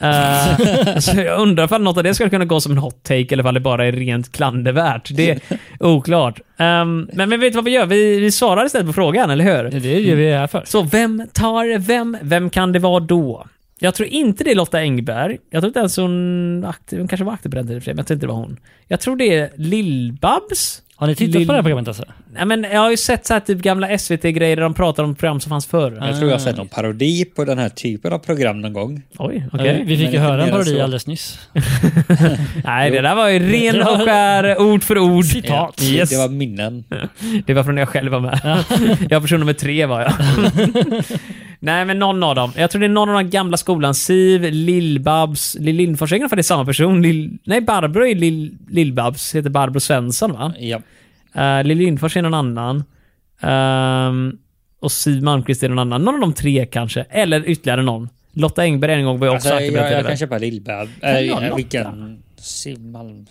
Eh, så jag undrar ifall något av det skulle kunna gå som en hot take eller ifall det bara är rent klandervärt. Det är oklart. Ehm, men, men vet du vad vi gör? Vi, vi svarar istället på frågan, eller hur? Det är det vi är här för. Så vem tar vem? Vem kan det vara då? Jag tror inte det är Lotta Engberg. Jag tror inte ens hon... Aktiv, hon kanske var aktiv på den tiden i och för sig, men jag tror inte det var hon. Jag tror det är Lill-Babs. Har ni tittat Lill- på det här programmet alltså? Nej, men jag har ju sett så här typ gamla SVT-grejer där de pratar om program som fanns förr. Jag tror jag har sett Ah. någon parodi på den här typen av program någon gång. Oj, okej. Ja, vi- Vi fick ju lite höra en mer parodi så. alldeles nyss. Nej, det där var ju ren och skär ord för ord. Citat. Yes. Det var minnen. Det var från när jag själv var med. jag person nummer tre var jag. Nej, men någon av dem. Jag tror det är någon av de gamla skolan. Siv, Lill-Babs, Lill Lindfors. Jag vet inte om det är samma person. Lill, nej, Barbro är Lill- Lill-Babs. Heter Barbro Svensson, va? Ja. Uh, Lill Lindfors är någon annan. Ehm, och Siw Malmkvist är någon annan. Någon av de tre kanske. Eller ytterligare någon. Lotta Engberg en gång var jag också Alltså, aktiv jag, på den jag, tiden. kan köpa Lill-Bab. jag Äh, låta? vilken? Simmalm.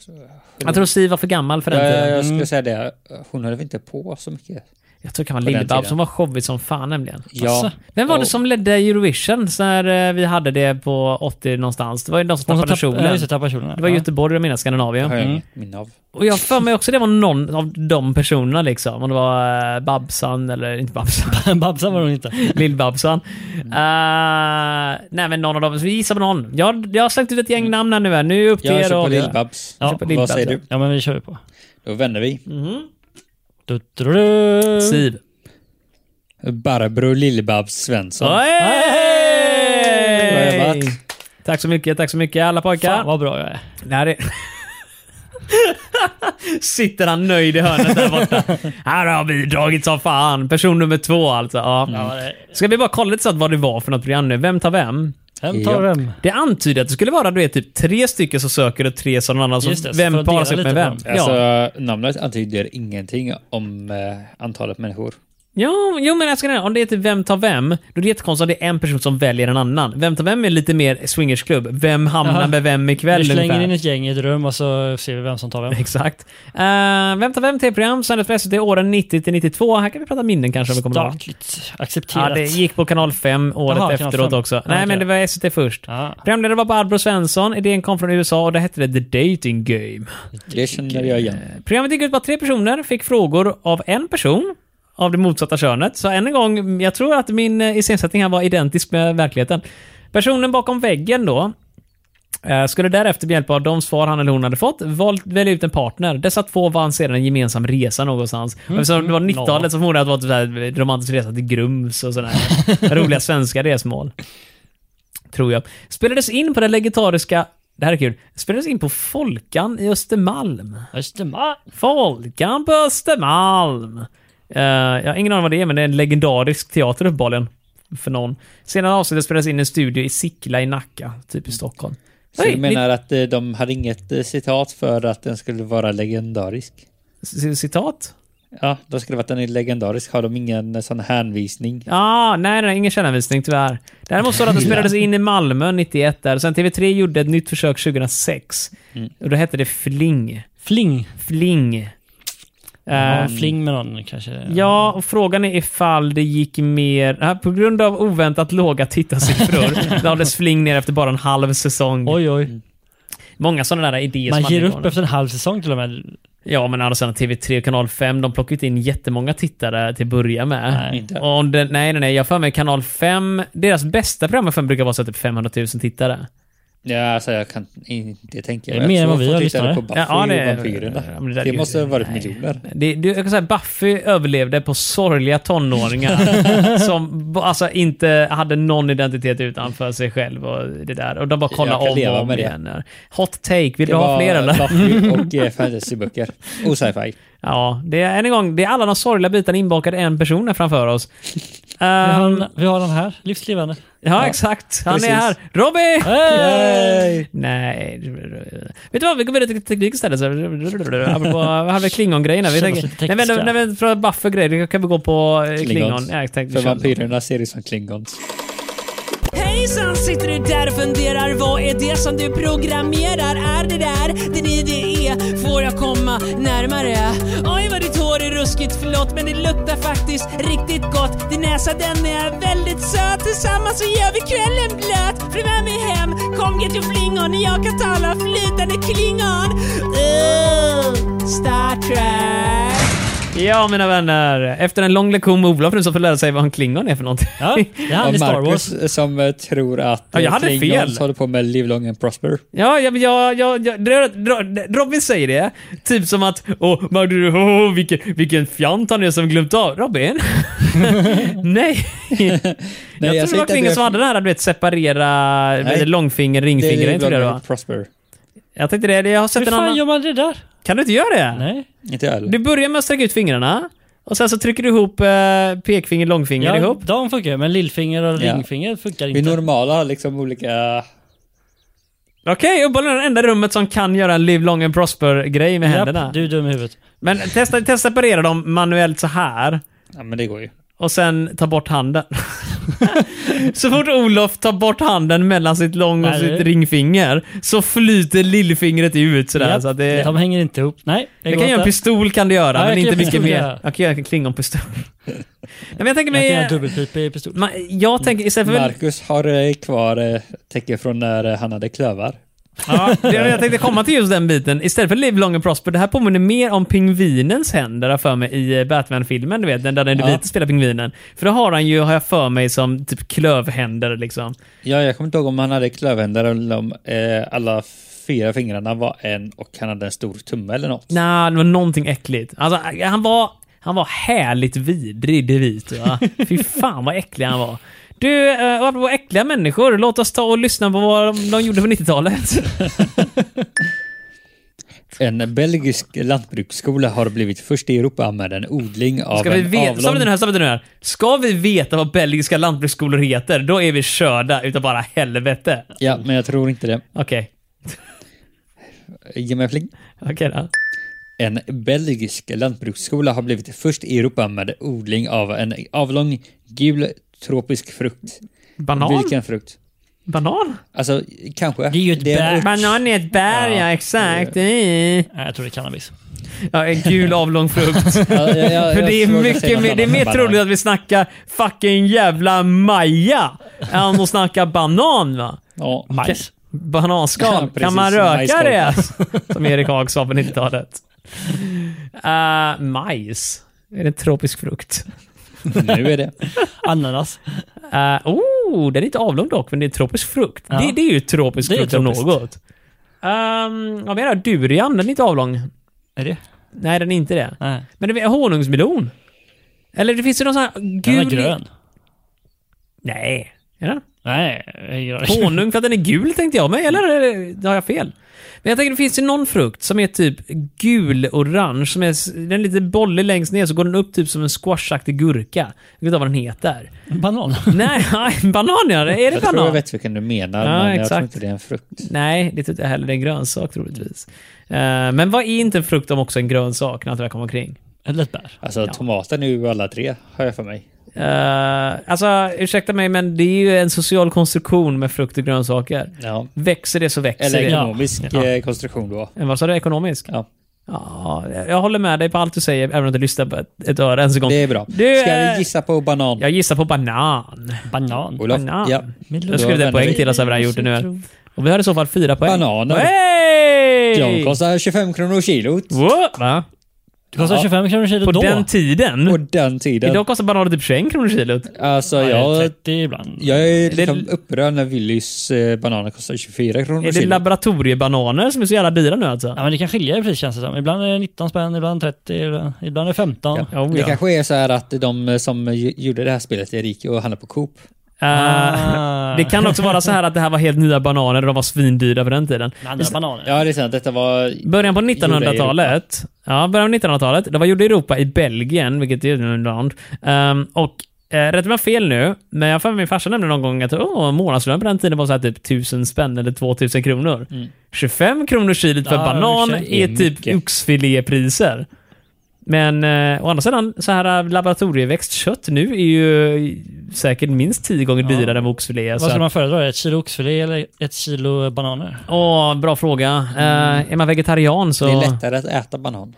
Jag tror Siw var för gammal för den Jag, tiden. Mm. jag skulle säga det. Hon höll väl inte på så mycket? Jag tror det kan vara På den Lill-Babs. tiden. Hon var showig som fan nämligen. Ja. Vem var det Och- som ledde Eurovision så när eh, vi hade det på 80 någonstans? Det var ju de som Hon som tappade tapp- ja, kjolen. just det, tappade kjolen. Det var Ja. Göteborg, jag menar Skandinavien. har jag inget minne av. Och jag har för mig också det var någon av de personerna liksom. Om det var eh, Babsan eller inte Babsan, Babsan var hon inte. Lill-Babsan. Eh, nej men någon av dem, så vi gissar på någon. Jag, jag har slängt ut ett gäng namn här nu. här. Nu är det upp till Jag er kör på och... Lill-Babs. Jag kör på Vad Lill-Babs, säger ja. Mm. du? Ja, men vi kör på. Då vänder vi. Du, du, du. Siv. Barbro Lill-Babs Svensson. Bra Hey! jobbat. Tack så mycket, tack så mycket alla pojkar. Fan vad bra jag är. Nej, det... Sitter han nöjd i hörnet där borta. Här har vi dragit som fan. Person nummer två alltså. Ja. Mm. Ska vi bara kolla lite så att vad det var för något program nu? Vem tar vem? Vem tar Ja. vem? Det antyder att det skulle vara du vet, typ tre stycken som söker och tre som någon annan. Just Som, det, så får vem de paras dela upp lite med på vem? dem. Ja. Alltså, namnet antyder ingenting om eh, antalet människor. Jo, jo men jag ska säga, om det heter Vem tar vem, då är det jättekonstigt om det är en person som väljer en annan. Vem tar vem är lite mer swingersklubb. Vem hamnar Ja. med vem ikväll Vi slänger ungefär. in ett gäng i ett rum och så ser vi vem som tar vem. Exakt. Eh, vem tar vem tv-program sändes för SVT åren 90 till 92. Här kan vi prata minnen kanske om vi kommer ihåg. Statligt Ja, accepterat. det gick på kanal 5 året Jaha, Kanal efteråt 5. också. Ja, Nej, okej. men det var SVT först. Ja. Programledare var Barbro Svensson, idén kom från USA och det hette det The Dating Game. Det känner jag igen. Programmet gick ut på att tre personer fick frågor av en person av det motsatta könet. Så än en gång, jag tror att min eh, iscensättning här var identisk med verkligheten. Personen bakom väggen då eh, skulle därefter med hjälp av de svar han eller hon hade fått valt, välja ut en partner. Dessa två vann sedan en gemensam resa någonstans. Mm. Eftersom det var 90-talet så förmodar jag att det var en sån här romantisk resa till Grums och sådana här roliga svenska resmål. Tror jag. Spelades in på det legendariska, det här är kul, spelades in på Folkan i Östermalm. Östermalm. Folkan på Östermalm. Eh, jag har ingen aning vad det är, men det är en legendarisk teater uppenbarligen. För någon. Senare avsnittet spelades in i en studio i Sickla i Nacka, typ i Stockholm. Så Oj, du menar att eh, de hade inget eh, citat för att den skulle vara legendarisk? c- Citat? Ja, då skulle det varit den är legendarisk. Har de ingen eh, sån hänvisning? Ja, ah, nej, nej, ingen källhänvisning tyvärr. Däremot står det att det spelades in i Malmö 91 där. Sen TV3 gjorde ett nytt försök 2006. Mm. Och då hette det Fling. Fling. Fling. Ja, Eh, fling med någon kanske. Ja, och frågan är ifall det gick mer... Ja, På grund av oväntat låga tittarsiffror lades Fling ner efter bara en halv säsong. Oj, oj. Många sådana där idéer Man som ger hade upp igång. efter en halv säsong till och med. Ja, men å andra sidan TV3 och Kanal 5, de plockade in jättemånga tittare till att börja med. Nej. Inte. Och den, nej, nej, nej. Jag har för mig Kanal 5, deras bästa program med 5 brukar vara så typ 500 000 tittare. Ja, alltså jag kan inte tänka Det är mer Jag än vad tror vi har folk tittade lyssnare. på Buffy Ja, det- och vampyrerna. ja, men det där det, är ju- måste ha varit nej. miljoner. Det, det, jag kan säga, Buffy överlevde på sorgliga tonåringar som b- alltså inte hade någon identitet utanför sig själv och det där. Och de bara kollade Jag kan om och leva om med det. igen. Hot take, vill Det du ha var fler eller? Buffy och eh, fantasyböcker. Och sci-fi. Ja, det är än en gång, det är alla de sorgliga bitarna inbakade i en person här framför oss. Vi Ehm, har, vi har den här, livslevande. ja, exakt. Han precis. är här. Robin! Hey! Nej. Vet du vad, vi går vidare till teknik istället. Så- Apropå, vad hade vi klingon-grejen där? Vi Känner oss tänker- lite När vi- när vi pratar buffer-grejer, då kan vi gå på eh, klingon. Klingons. Ja, jag tänkte För vi kör så. vampyrerna ser ut som klingons. Hejsan, sitter du där och funderar? Vad är det som du programmerar? Är det där det ni det är? Får jag komma närmare? Oj, vad ditt hår är ruskigt, förlåt, men det luktar faktiskt riktigt gott. Din näsa, den är väldigt söt. Tillsammans så gör vi kvällen blöt. Följ med mig hem, kom get your flingon. Jag kan tala flytande klingon. Uh, Star Trek. Ja, mina vänner. Efter en lång lektion med Olof nu så får jag lära sig vad en klingon är för någonting. Ja, det här är Och Star Wars. Marcus som eh, tror att Ja, jag eh, hade fel. håller på med Live Long and Prosper. Ja, ja, men ja, ja, ja dra- dra- Robin säger det. Typ som att åh, Magdalena, åh, vilken, vilken fjant han är som glömt av. Robin? Nej. jag jag tror säger det var inte Klingon att som jag- hade den här, du vet, separera Nej. långfinger, Det är ringfinger. Live inte Long det det and var? Prosper. Jag tänkte det, jag har Hur sett en fan annan. gör man det där? Kan du inte göra det? Nej. Inte jag heller. Du börjar med att sträcka ut fingrarna. Och sen så trycker du ihop eh, pekfinger och långfinger Ja, ihop. de funkar ju, men lillfinger och Ja. ringfinger funkar Vi inte. normala har liksom olika... Okej, uppenbarligen det enda rummet som kan göra en live long and prosper-grej med händerna. Japp, du är dum i huvudet. Men testa, testa separera dem manuellt så här. Ja, men det går ju. och sen ta bort handen. så fort Olof tar bort handen mellan sitt lång och Nej, sitt det- ringfinger så flyter lillfingret ut sådär. Japp, så att det, De hänger inte ihop. Nej, det jag går kan göra en inte. pistol kan du göra, Ja, jag men kan inte göra mycket pistol, mer. ja. Jag kan göra en klingonpistol. Nej, men jag tänker Jag kan göra en mig... dubbelpipa i pistol. Man, jag tänker istället för... Marcus har eh, kvar eh, tecken från när eh, han hade klövar. Ja, det- jag tänkte komma till just den biten. Istället för Live Long and Prosper, det här påminner mer om pingvinens händer, har jag för mig, i eh, Batman-filmen. Du vet, den där den Ja. vita spelar pingvinen. För då har han ju, har jag för mig, som typ klövhänder liksom. Ja, jag kommer inte ihåg om han hade klövhänder eller om eh, alla fyra fingrarna var en och han hade en stor tumme eller något. Nej, det var någonting äckligt. Alltså, han var, han var härligt vidrig, det vit. Va? Fy fan vad äcklig han var. Du, eh, och apropå äckliga människor, låt oss ta och lyssna på vad de, de gjorde på 90-talet. En belgisk lantbruksskola har blivit först i Europa med en odling av Ska vi en veta, avlång... stopp nu här, stopp nu här. Ska vi veta vad belgiska lantbruksskolor heter, då är vi körda utav bara helvete. Ja, men jag tror inte det. Okej. Ge mig en fling. Okej då. En belgisk lantbruksskola har blivit först i Europa med odling av en avlång gul tropisk frukt. Banan? Vilken frukt? Banan? Alltså, kanske. Det är ju ett en bär. ört. Banan är ett bär, ja, Ja. exakt. Mm. Nej, jag tror det är cannabis. Ja, en gul avlång frukt. Ja, ja, ja, För jag det är, frågar mycket, senast mer- det är om mer banan. troligt att vi snackar fucking jävla maja än att snacka banan va? Ja. Majs. Ja, Bananskal. precis, kan man som röka majskolv. det? Som Erik Haag sa på 90-talet. Uh, majs. Är det en tropisk frukt? Nu är det. Ananas. Eh, oh, den är inte avlång dock, men det är tropisk frukt. Ja. Det, det är ju tropisk Det är frukt om tropiskt. något. Um, vad menar jag? Durian, den är inte avlång. Är det? Nej, den är inte det. Nej. Men det är honungsmelon. Eller det finns ju någon sån här gul... Den är grön. Nej. Är den? Nej, jag har ingen aning. Honung för att den är gul tänkte jag mig, eller eh, har jag fel? Men jag tänker det finns ju någon frukt som är typ gul-orange, som är s- den är lite bollig längst ner så går den upp typ som en squashaktig gurka. Jag vet inte vad den heter. Banan. Nej, nej, banan ja, är det Jag tror jag banan? vet vilken du menar, Ja, men jag tror exakt. inte det är en frukt. Nej, det är inte heller en grönsak troligtvis. Eh, men vad är inte en frukt om också en grönsak när allt det här kommer omkring? Eller ett bär. Alltså, tomaten är ju alla tre, har jag för mig. Eh, alltså, ursäkta mig, men det är ju en social konstruktion med frukt och grönsaker. Ja. Växer det så växer Eller det. ekonomisk Ja. eh, konstruktion då. Eh, Vad sa du? Ekonomisk? Ja. Ja, jag håller med dig på allt du säger, även om jag inte lyssnar på ett, ett öre ens en gång. Det är bra. Du, Ska eh, vi gissa på banan? Jag gissar på banan. Banan. Olof? banan. Ja. Midlund. Jag skrev Då en poäng vänder vi. till oss över det här gjorde nu. Och vi har i så fall fyra poäng. Bananer. Hey! De kostar 25 kronor kilot. Wow, va? Det kostar Ja. 25 kronor kilo På då. den tiden? På den tiden. Mm. Idag kostar bananer typ 21 kronor kilot. Alltså, Ja, det är jag, 30 ibland. jag är liksom det- upprörd när Willys eh, bananer kostar 24 kronor Är det kilot. laboratoriebananer som är så jävla dyra nu alltså? Ja, men det kan skilja i pris känns det som. Ibland är det 19 spänn, ibland 30, ibland- ibland är det 15. Ja. Oh, Det ja. kanske är så här att de som ju- gjorde det här spelet är rika och handlar på Coop. Eh, Ah. det kan också vara så här att det här var helt nya bananer och de var svindyra på den tiden. Men Andra bananer. Ja, det är sant. Detta var... Början på Gjorda i 1900-talet. Ja, början på 1900-talet. Det var gjorda i Europa i Belgien, vilket är ett land. Ehm, och eh, rätt mig fel nu, men jag har för mig min farsa nämnde någon gång att åh, månadslön på den tiden var så här typ 1000 spänn eller 2000 kronor. 25 kronor kilot för Mm. Ja, banan det är är typ mycket. oxfilépriser. Men eh, å andra sidan, så här eh, laboratorieväxt kött nu är ju säkert minst 10 gånger dyrare än vad oxfilé är. så Vad att- skulle man föredra? Ett kilo oxfilé eller ett kilo bananer? Åh, bra fråga. Eh, är man vegetarian så... Det är lättare att äta banan.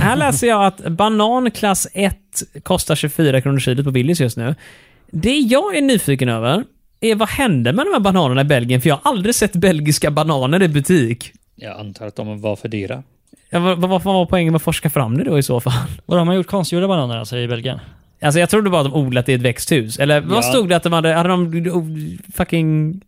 Här läser jag att banan klass 1 kostar 24 kronor kilot på Willys just nu. Det jag är nyfiken över är vad hände med de här bananerna i Belgien? För jag har aldrig sett belgiska bananer i butik. Jag antar att de var för dyra. Ja, vad, vad, vad var poängen med att forska fram det då i så fall? Och de har gjort konstgjorda bananer alltså i Belgien? Alltså jag trodde bara att de odlat i ett växthus. Eller vad Ja. stod det att de hade? Hade de oh, fucking...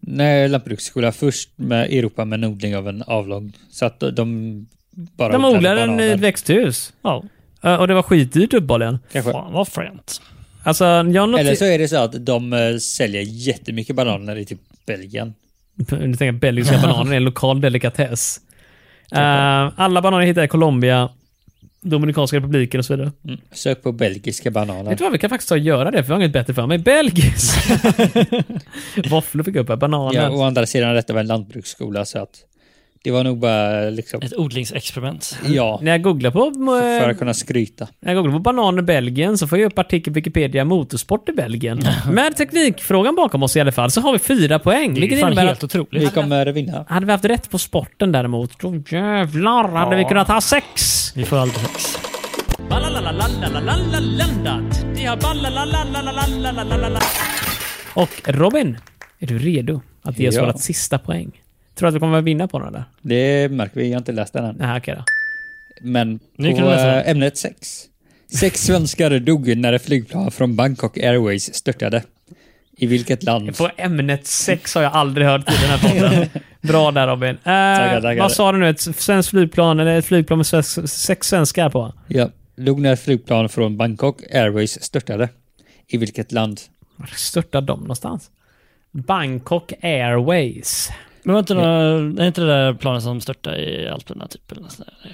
Nej, lantbruksskola först med Europa med en odling av en avlång. Så att de bara De odlade den i bananer. ett växthus. Ja, Eh, Och det var skitdyrt uppenbarligen. Kanske. fan vad fränt. Alltså, jag Eller så noterade... är det så att de eh, säljer jättemycket bananer i typ Belgien. Nu tänker jag att belgiska bananer är en lokal delikatess. Eh, alla bananer hittar i Colombia, Dominikanska republiken och så vidare. Mm. Sök på belgiska bananer. Vet du vad, vi kan faktiskt ta och göra det, för jag har inget bättre för mig. Belgisk! Våfflor fick jag upp här, bananer. Ja, å andra sidan, detta var en lantbruksskola så att det var nog bara liksom, Ett odlingsexperiment. Mm. ja, När jag googlar på, eh, för att kunna skryta. när jag googlar på bananer i Belgien så får jag upp artikeln Wikipedia Motorsport i Belgien. Med teknikfrågan bakom oss i alla fall så har vi fyra poäng. Det är Vilket fan innebär helt att Vi otroligt. kommer vinna. hade vi haft rätt på sporten däremot, då jävlar hade vi kunnat ha sex! Vi får aldrig sex. Och Robin, är du redo att ge oss Ja. vårt sista poäng? Tror du att vi kommer att vinna på den eller? Det märker vi, jag har inte läst den än. Nej, okej då. Men Nu på kan du läsa. eh, ämnet sex. Sex svenskar dog när ett flygplan från Bangkok Airways störtade. I vilket land? På ämnet sex har jag aldrig hört i den här podden. Bra där Robin. Eh, tackar. Vad sa du nu? Ett svenskt flygplan eller ett flygplan med svensk, sex svenskar på? Ja, dog när ett flygplan från Bangkok Airways störtade. I vilket land? Var störtade de någonstans? Bangkok Airways. Men var inte några, är inte det där planet som störtade i Alperna typ? Eller något sånt där?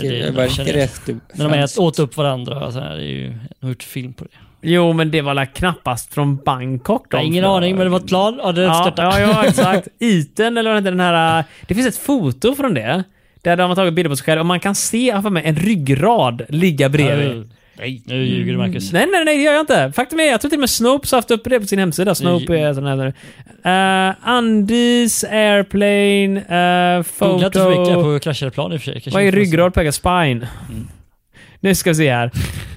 Det är det jag verkar känner. det efter- När de ät- åt upp varandra och så här, det är ju, de har gjort film på det. Jo, men det var väl knappast från Bangkok? Jag de har ingen flög. aning men det var ett plan och det Ja, störtade. ja, ja, exakt. Iten eller vad heter den här... äh, Det finns ett foto från det. Där de har tagit bilder på sig själv och man kan se han för mig, en ryggrad ligga bredvid. Nej. Nu ljuger du Marcus. Nej, nej, nej, det gör jag inte. Faktum är, jag tror till och med Snopes har haft upp det på sin hemsida. Snope är sån här... Uh, Andys Airplane, uh, Googla inte för mycket Photo... på Mm. kraschade plan i och för sig. Kanske Vad är inte får- ryggrad pekar spine? Nu ska vi se här.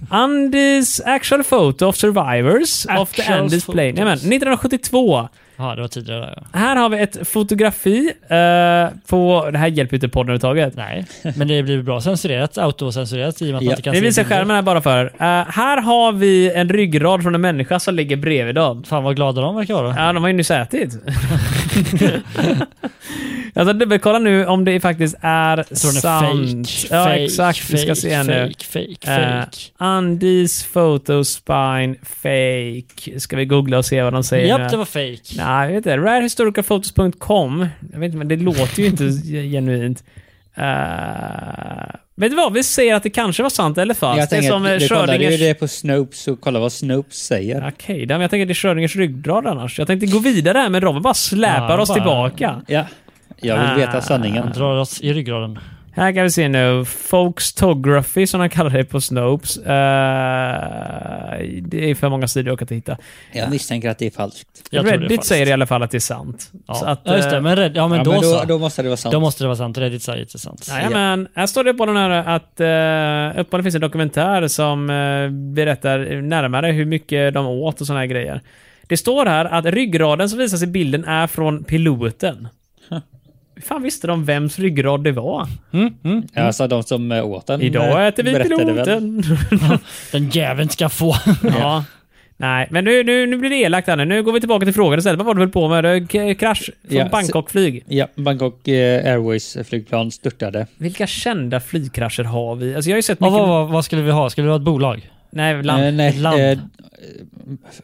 Andys actual photo of survivors of the Actual Andes plane. photos. Jajamän, 1972. Ja, det var tidigare där ja. Här har vi ett fotografi eh, på... Det här hjälper ju inte podden överhuvudtaget. Nej, men det blir bra censurerat, autocensurerat i och med att Ja. man inte kan Vi se visar bilder. skärmen här bara för er. Eh, här har vi en ryggrad från en människa som ligger bredvid dem. Fan vad glada de verkar vara. Ja, de har ju nyss ätit. jag ska dubbelkolla nu om det faktiskt är Jag tror den är sant. fake. ja, fake, exakt. vi ska fake, se här nu. Fake, fake, Eh, fake. Andys photospine fake. Ska vi googla och se vad de säger nu? Japp, det var fake. Nej, jag vet inte. Rarehistoricalphotos.com. Jag vet inte, men det låter ju inte genuint. Uh, vet du vad? Vi säger att det kanske var sant eller falskt. jag det är tänker som att eh, du kollade ju Schrödingers... det på Snopes och kolla vad Snopes säger. Okej, okay, jag tänker att det är Schrödingers ryggrad annars. Jag tänkte gå vidare här, men Robin bara släpar Ja, oss bara- tillbaka. Ja, jag vill Ah, veta sanningen. Han drar oss i ryggraden. Här kan vi se nu. Folkstography som de kallar det på Snopes. Eh, det är för många sidor jag kan hitta. Jag misstänker att det är falskt. Jag tror Reddit det är falskt. säger i alla fall att det är sant. Ja, Så att, ja just det. eh, Men, Red, ja, men, Ja, då, men då, så. då måste det vara sant. Då måste det vara sant. Reddit säger att det är sant. Jajamän. Här står det på den här att uh, uppenbarligen finns en dokumentär som eh, berättar närmare hur mycket de åt och såna här grejer. Det står här att ryggraden som visas i bilden är från piloten. Hur fan visste de vems ryggrad det var? Mm, mm. Ja, Alltså de som eh, åt den. eh, Idag äter vi berättade väl. piloten. Den jäveln ska få. Ja. Nej, men nu, nu, nu blir det elakt här nu. Nu går vi tillbaka till frågan istället. Vad var det du höll på med? Det- k- Krasch från Ja, så- Bangkokflyg. Ja, Bangkok eh, Airways-flygplan störtade. Vilka kända flygkrascher har vi? Alltså jag har ju sett Ja, mycket... vad, vad, vad skulle vi ha? Skulle vi ha ett bolag? Nej, land. Eh, nej, land. eh,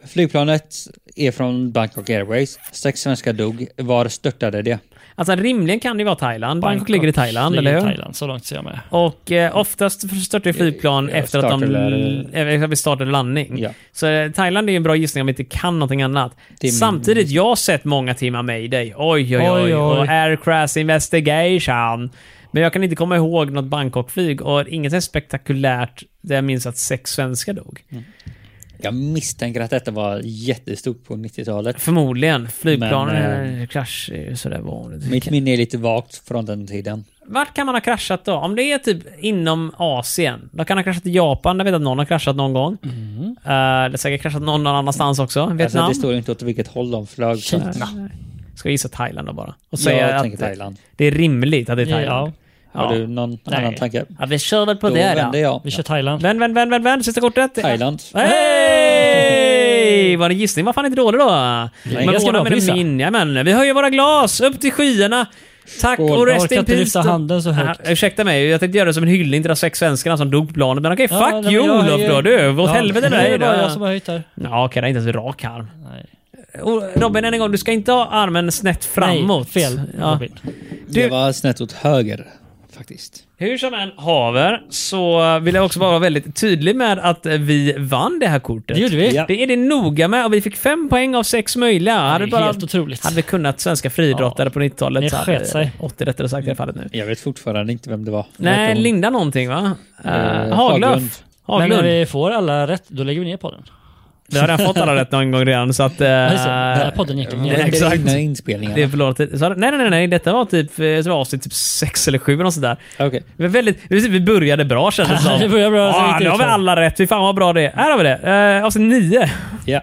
flygplanet är från Bangkok Airways. Sex svenskar dog. Var störtade det? Alltså rimligen kan det ju vara Thailand. Bangkok, ligger i Thailand, ligger i eller hur? Thailand, så långt ser jag med. Och eh, oftast störtar ju flygplan Ja, efter att de eh, startar eller... vid start eller landning. Ja. Så eh, Thailand är ju en bra gissning om vi inte kan någonting annat. Det är min- Samtidigt, jag har sett många timmar Mayday. Oj, oj, oj. Oj, oj. Och Aircrash Investigation. Men jag kan inte komma ihåg något Bangkokflyg och inget är spektakulärt där jag minns att sex svenskar dog. Mm. Jag misstänker att detta var jättestort på 90-talet. Förmodligen. Flygplanen Men, eh, krasch är ju sådär vanligt. Mitt minne är lite vagt från den tiden. Vart kan man ha kraschat då? Om det är typ inom Asien, då kan han ha kraschat i Japan, där vet jag att någon har kraschat någon gång. Eh, det har säkert kraschat någon någon annanstans också. Alltså, Vietnam? Mm. det står ju inte åt vilket håll de flög. så att- Ska jag gissa Thailand då bara? Och Jag säga tänker att Thailand. det är rimligt att det är Thailand. Ja, Har Ja. du någon Nej. annan tanke? Ja, vi kör väl på Då vänder jag. vi kör Thailand. Vänd, vänd, vänd, vänd, vänd. Sista kortet. Thailand. Hej! Var det gissning? Var fan inte dålig då. Men ganska våra bra med det gissa. min. Jajamän. Vi höjer våra glas upp till skyarna. Tack Skål. och Jag rest orkar in inte peace. lyfta handen så högt. Ah, ursäkta mig, jag tänkte göra det som en hyllning till de sex svenskarna som dog på planet. Men okej, Ja, nej, fuck men you jag Olof är- då. Du, åt helvete Det dig är då. bara jag som har höjt här. Ja, okej, det är inte ens rak arm. Nej. Och Robin, än en gång, du ska inte ha armen snett framåt. Nej, fel. Ja. Robin. Det var snett åt höger, faktiskt. Hur som än haver så vill jag också bara vara väldigt tydlig med att vi vann det här kortet. Det gjorde vi. Ja. Det är det noga med och vi fick fem poäng av sex möjliga. Hade, är bara, helt otroligt. hade vi kunnat svenska friidrottare Ja. på 90-talet Ni så sket hade- sig. 80 rättare sagt i det här fallet nu. Jag vet fortfarande inte vem det var. Nej, Vet hon? Linda någonting va? Uh, Eh, Haglund. Haglöf. Men Haglund. när vi får alla rätt, då lägger vi ner podden. Vi har redan fått alla rätt någon gång redan så att... eh, Ja, just det. Den här podden gick ju Vad hände ner. exakt. innan inspelningen? det är förlåtet. Så- Nej, nej, nej, nej. Detta var typ eh, det var avsnitt typ sex eller sju eller sådär. Okej. Vi, var väldigt, vi började bra kändes det som. Det började bra, sen gick Ja, det nu har vi utför. alla rätt. Fy fan vad bra det är. Här har vi det. Eh, avsnitt nio. Ja.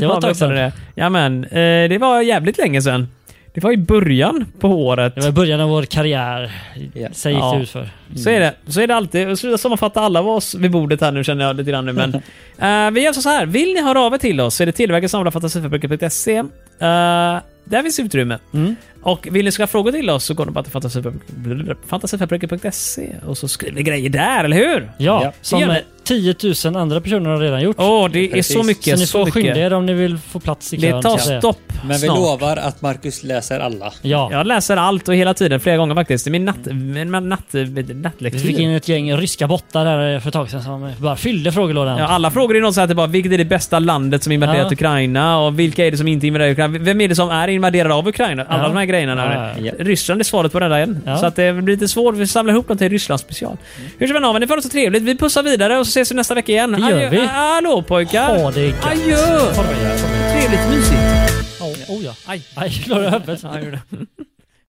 Det var ett tag sedan. det. Jamen, eh, det var jävligt länge sedan. Det var i början på året. Det var mm. i början av vår karriär. Ja. Sen gick Ja. det utför. Så är det. Så är det alltid. Och Sluta sammanfatta alla av oss vid bordet här nu känner jag lite grann nu. Men, Eh, vi gör så här. Vill ni höra av er till oss så är det tillverkarsamlarfantasiförbruket.se. Eh, där finns utrymme. Mm. Och vill ni skriva frågor till oss så går ni bara till fantasiförbruket- fantasiförbruket.se och så skriver ni grejer där, eller hur? Ja, Ja. som Det gör 10 000 andra personer har redan gjort. Åh, det är så Precis. så mycket. ni Så får skynda mycket. er om ni vill få plats i Det kön. tar så att säga. stopp Men vi snart. lovar att Marcus läser alla. Ja. Jag läser allt och hela tiden, flera gånger faktiskt. Det är min natt, min natt, min Vi nattlektyr. fick in ett gäng ryska bottar här för ett tag sedan som bara fyllde frågelådan. Ja, alla frågor är någon så här typ bara, vilket är det bästa landet som invaderat Ja. Ukraina och vilka är det som inte invaderar Ukraina? Vem är det som är invaderad av Ukraina? Alla Ja. de här grejerna. Ja, nämligen. ja. Ryssland är svaret på den där igen. Ja. Så att det blir lite svårt. Vi samlar ihop något till Ryssland special. Hur som helst, men det var så trevligt. Vi pussar vidare och så ses vi nästa vecka igen. Det gör vi. Hallå pojkar! Ha det gött. Adjö! Kom igen, kom igen. Trevligt mysigt. Åh, oh, ja. Aj, aj, slår du öppet? Ja, jag gjorde det.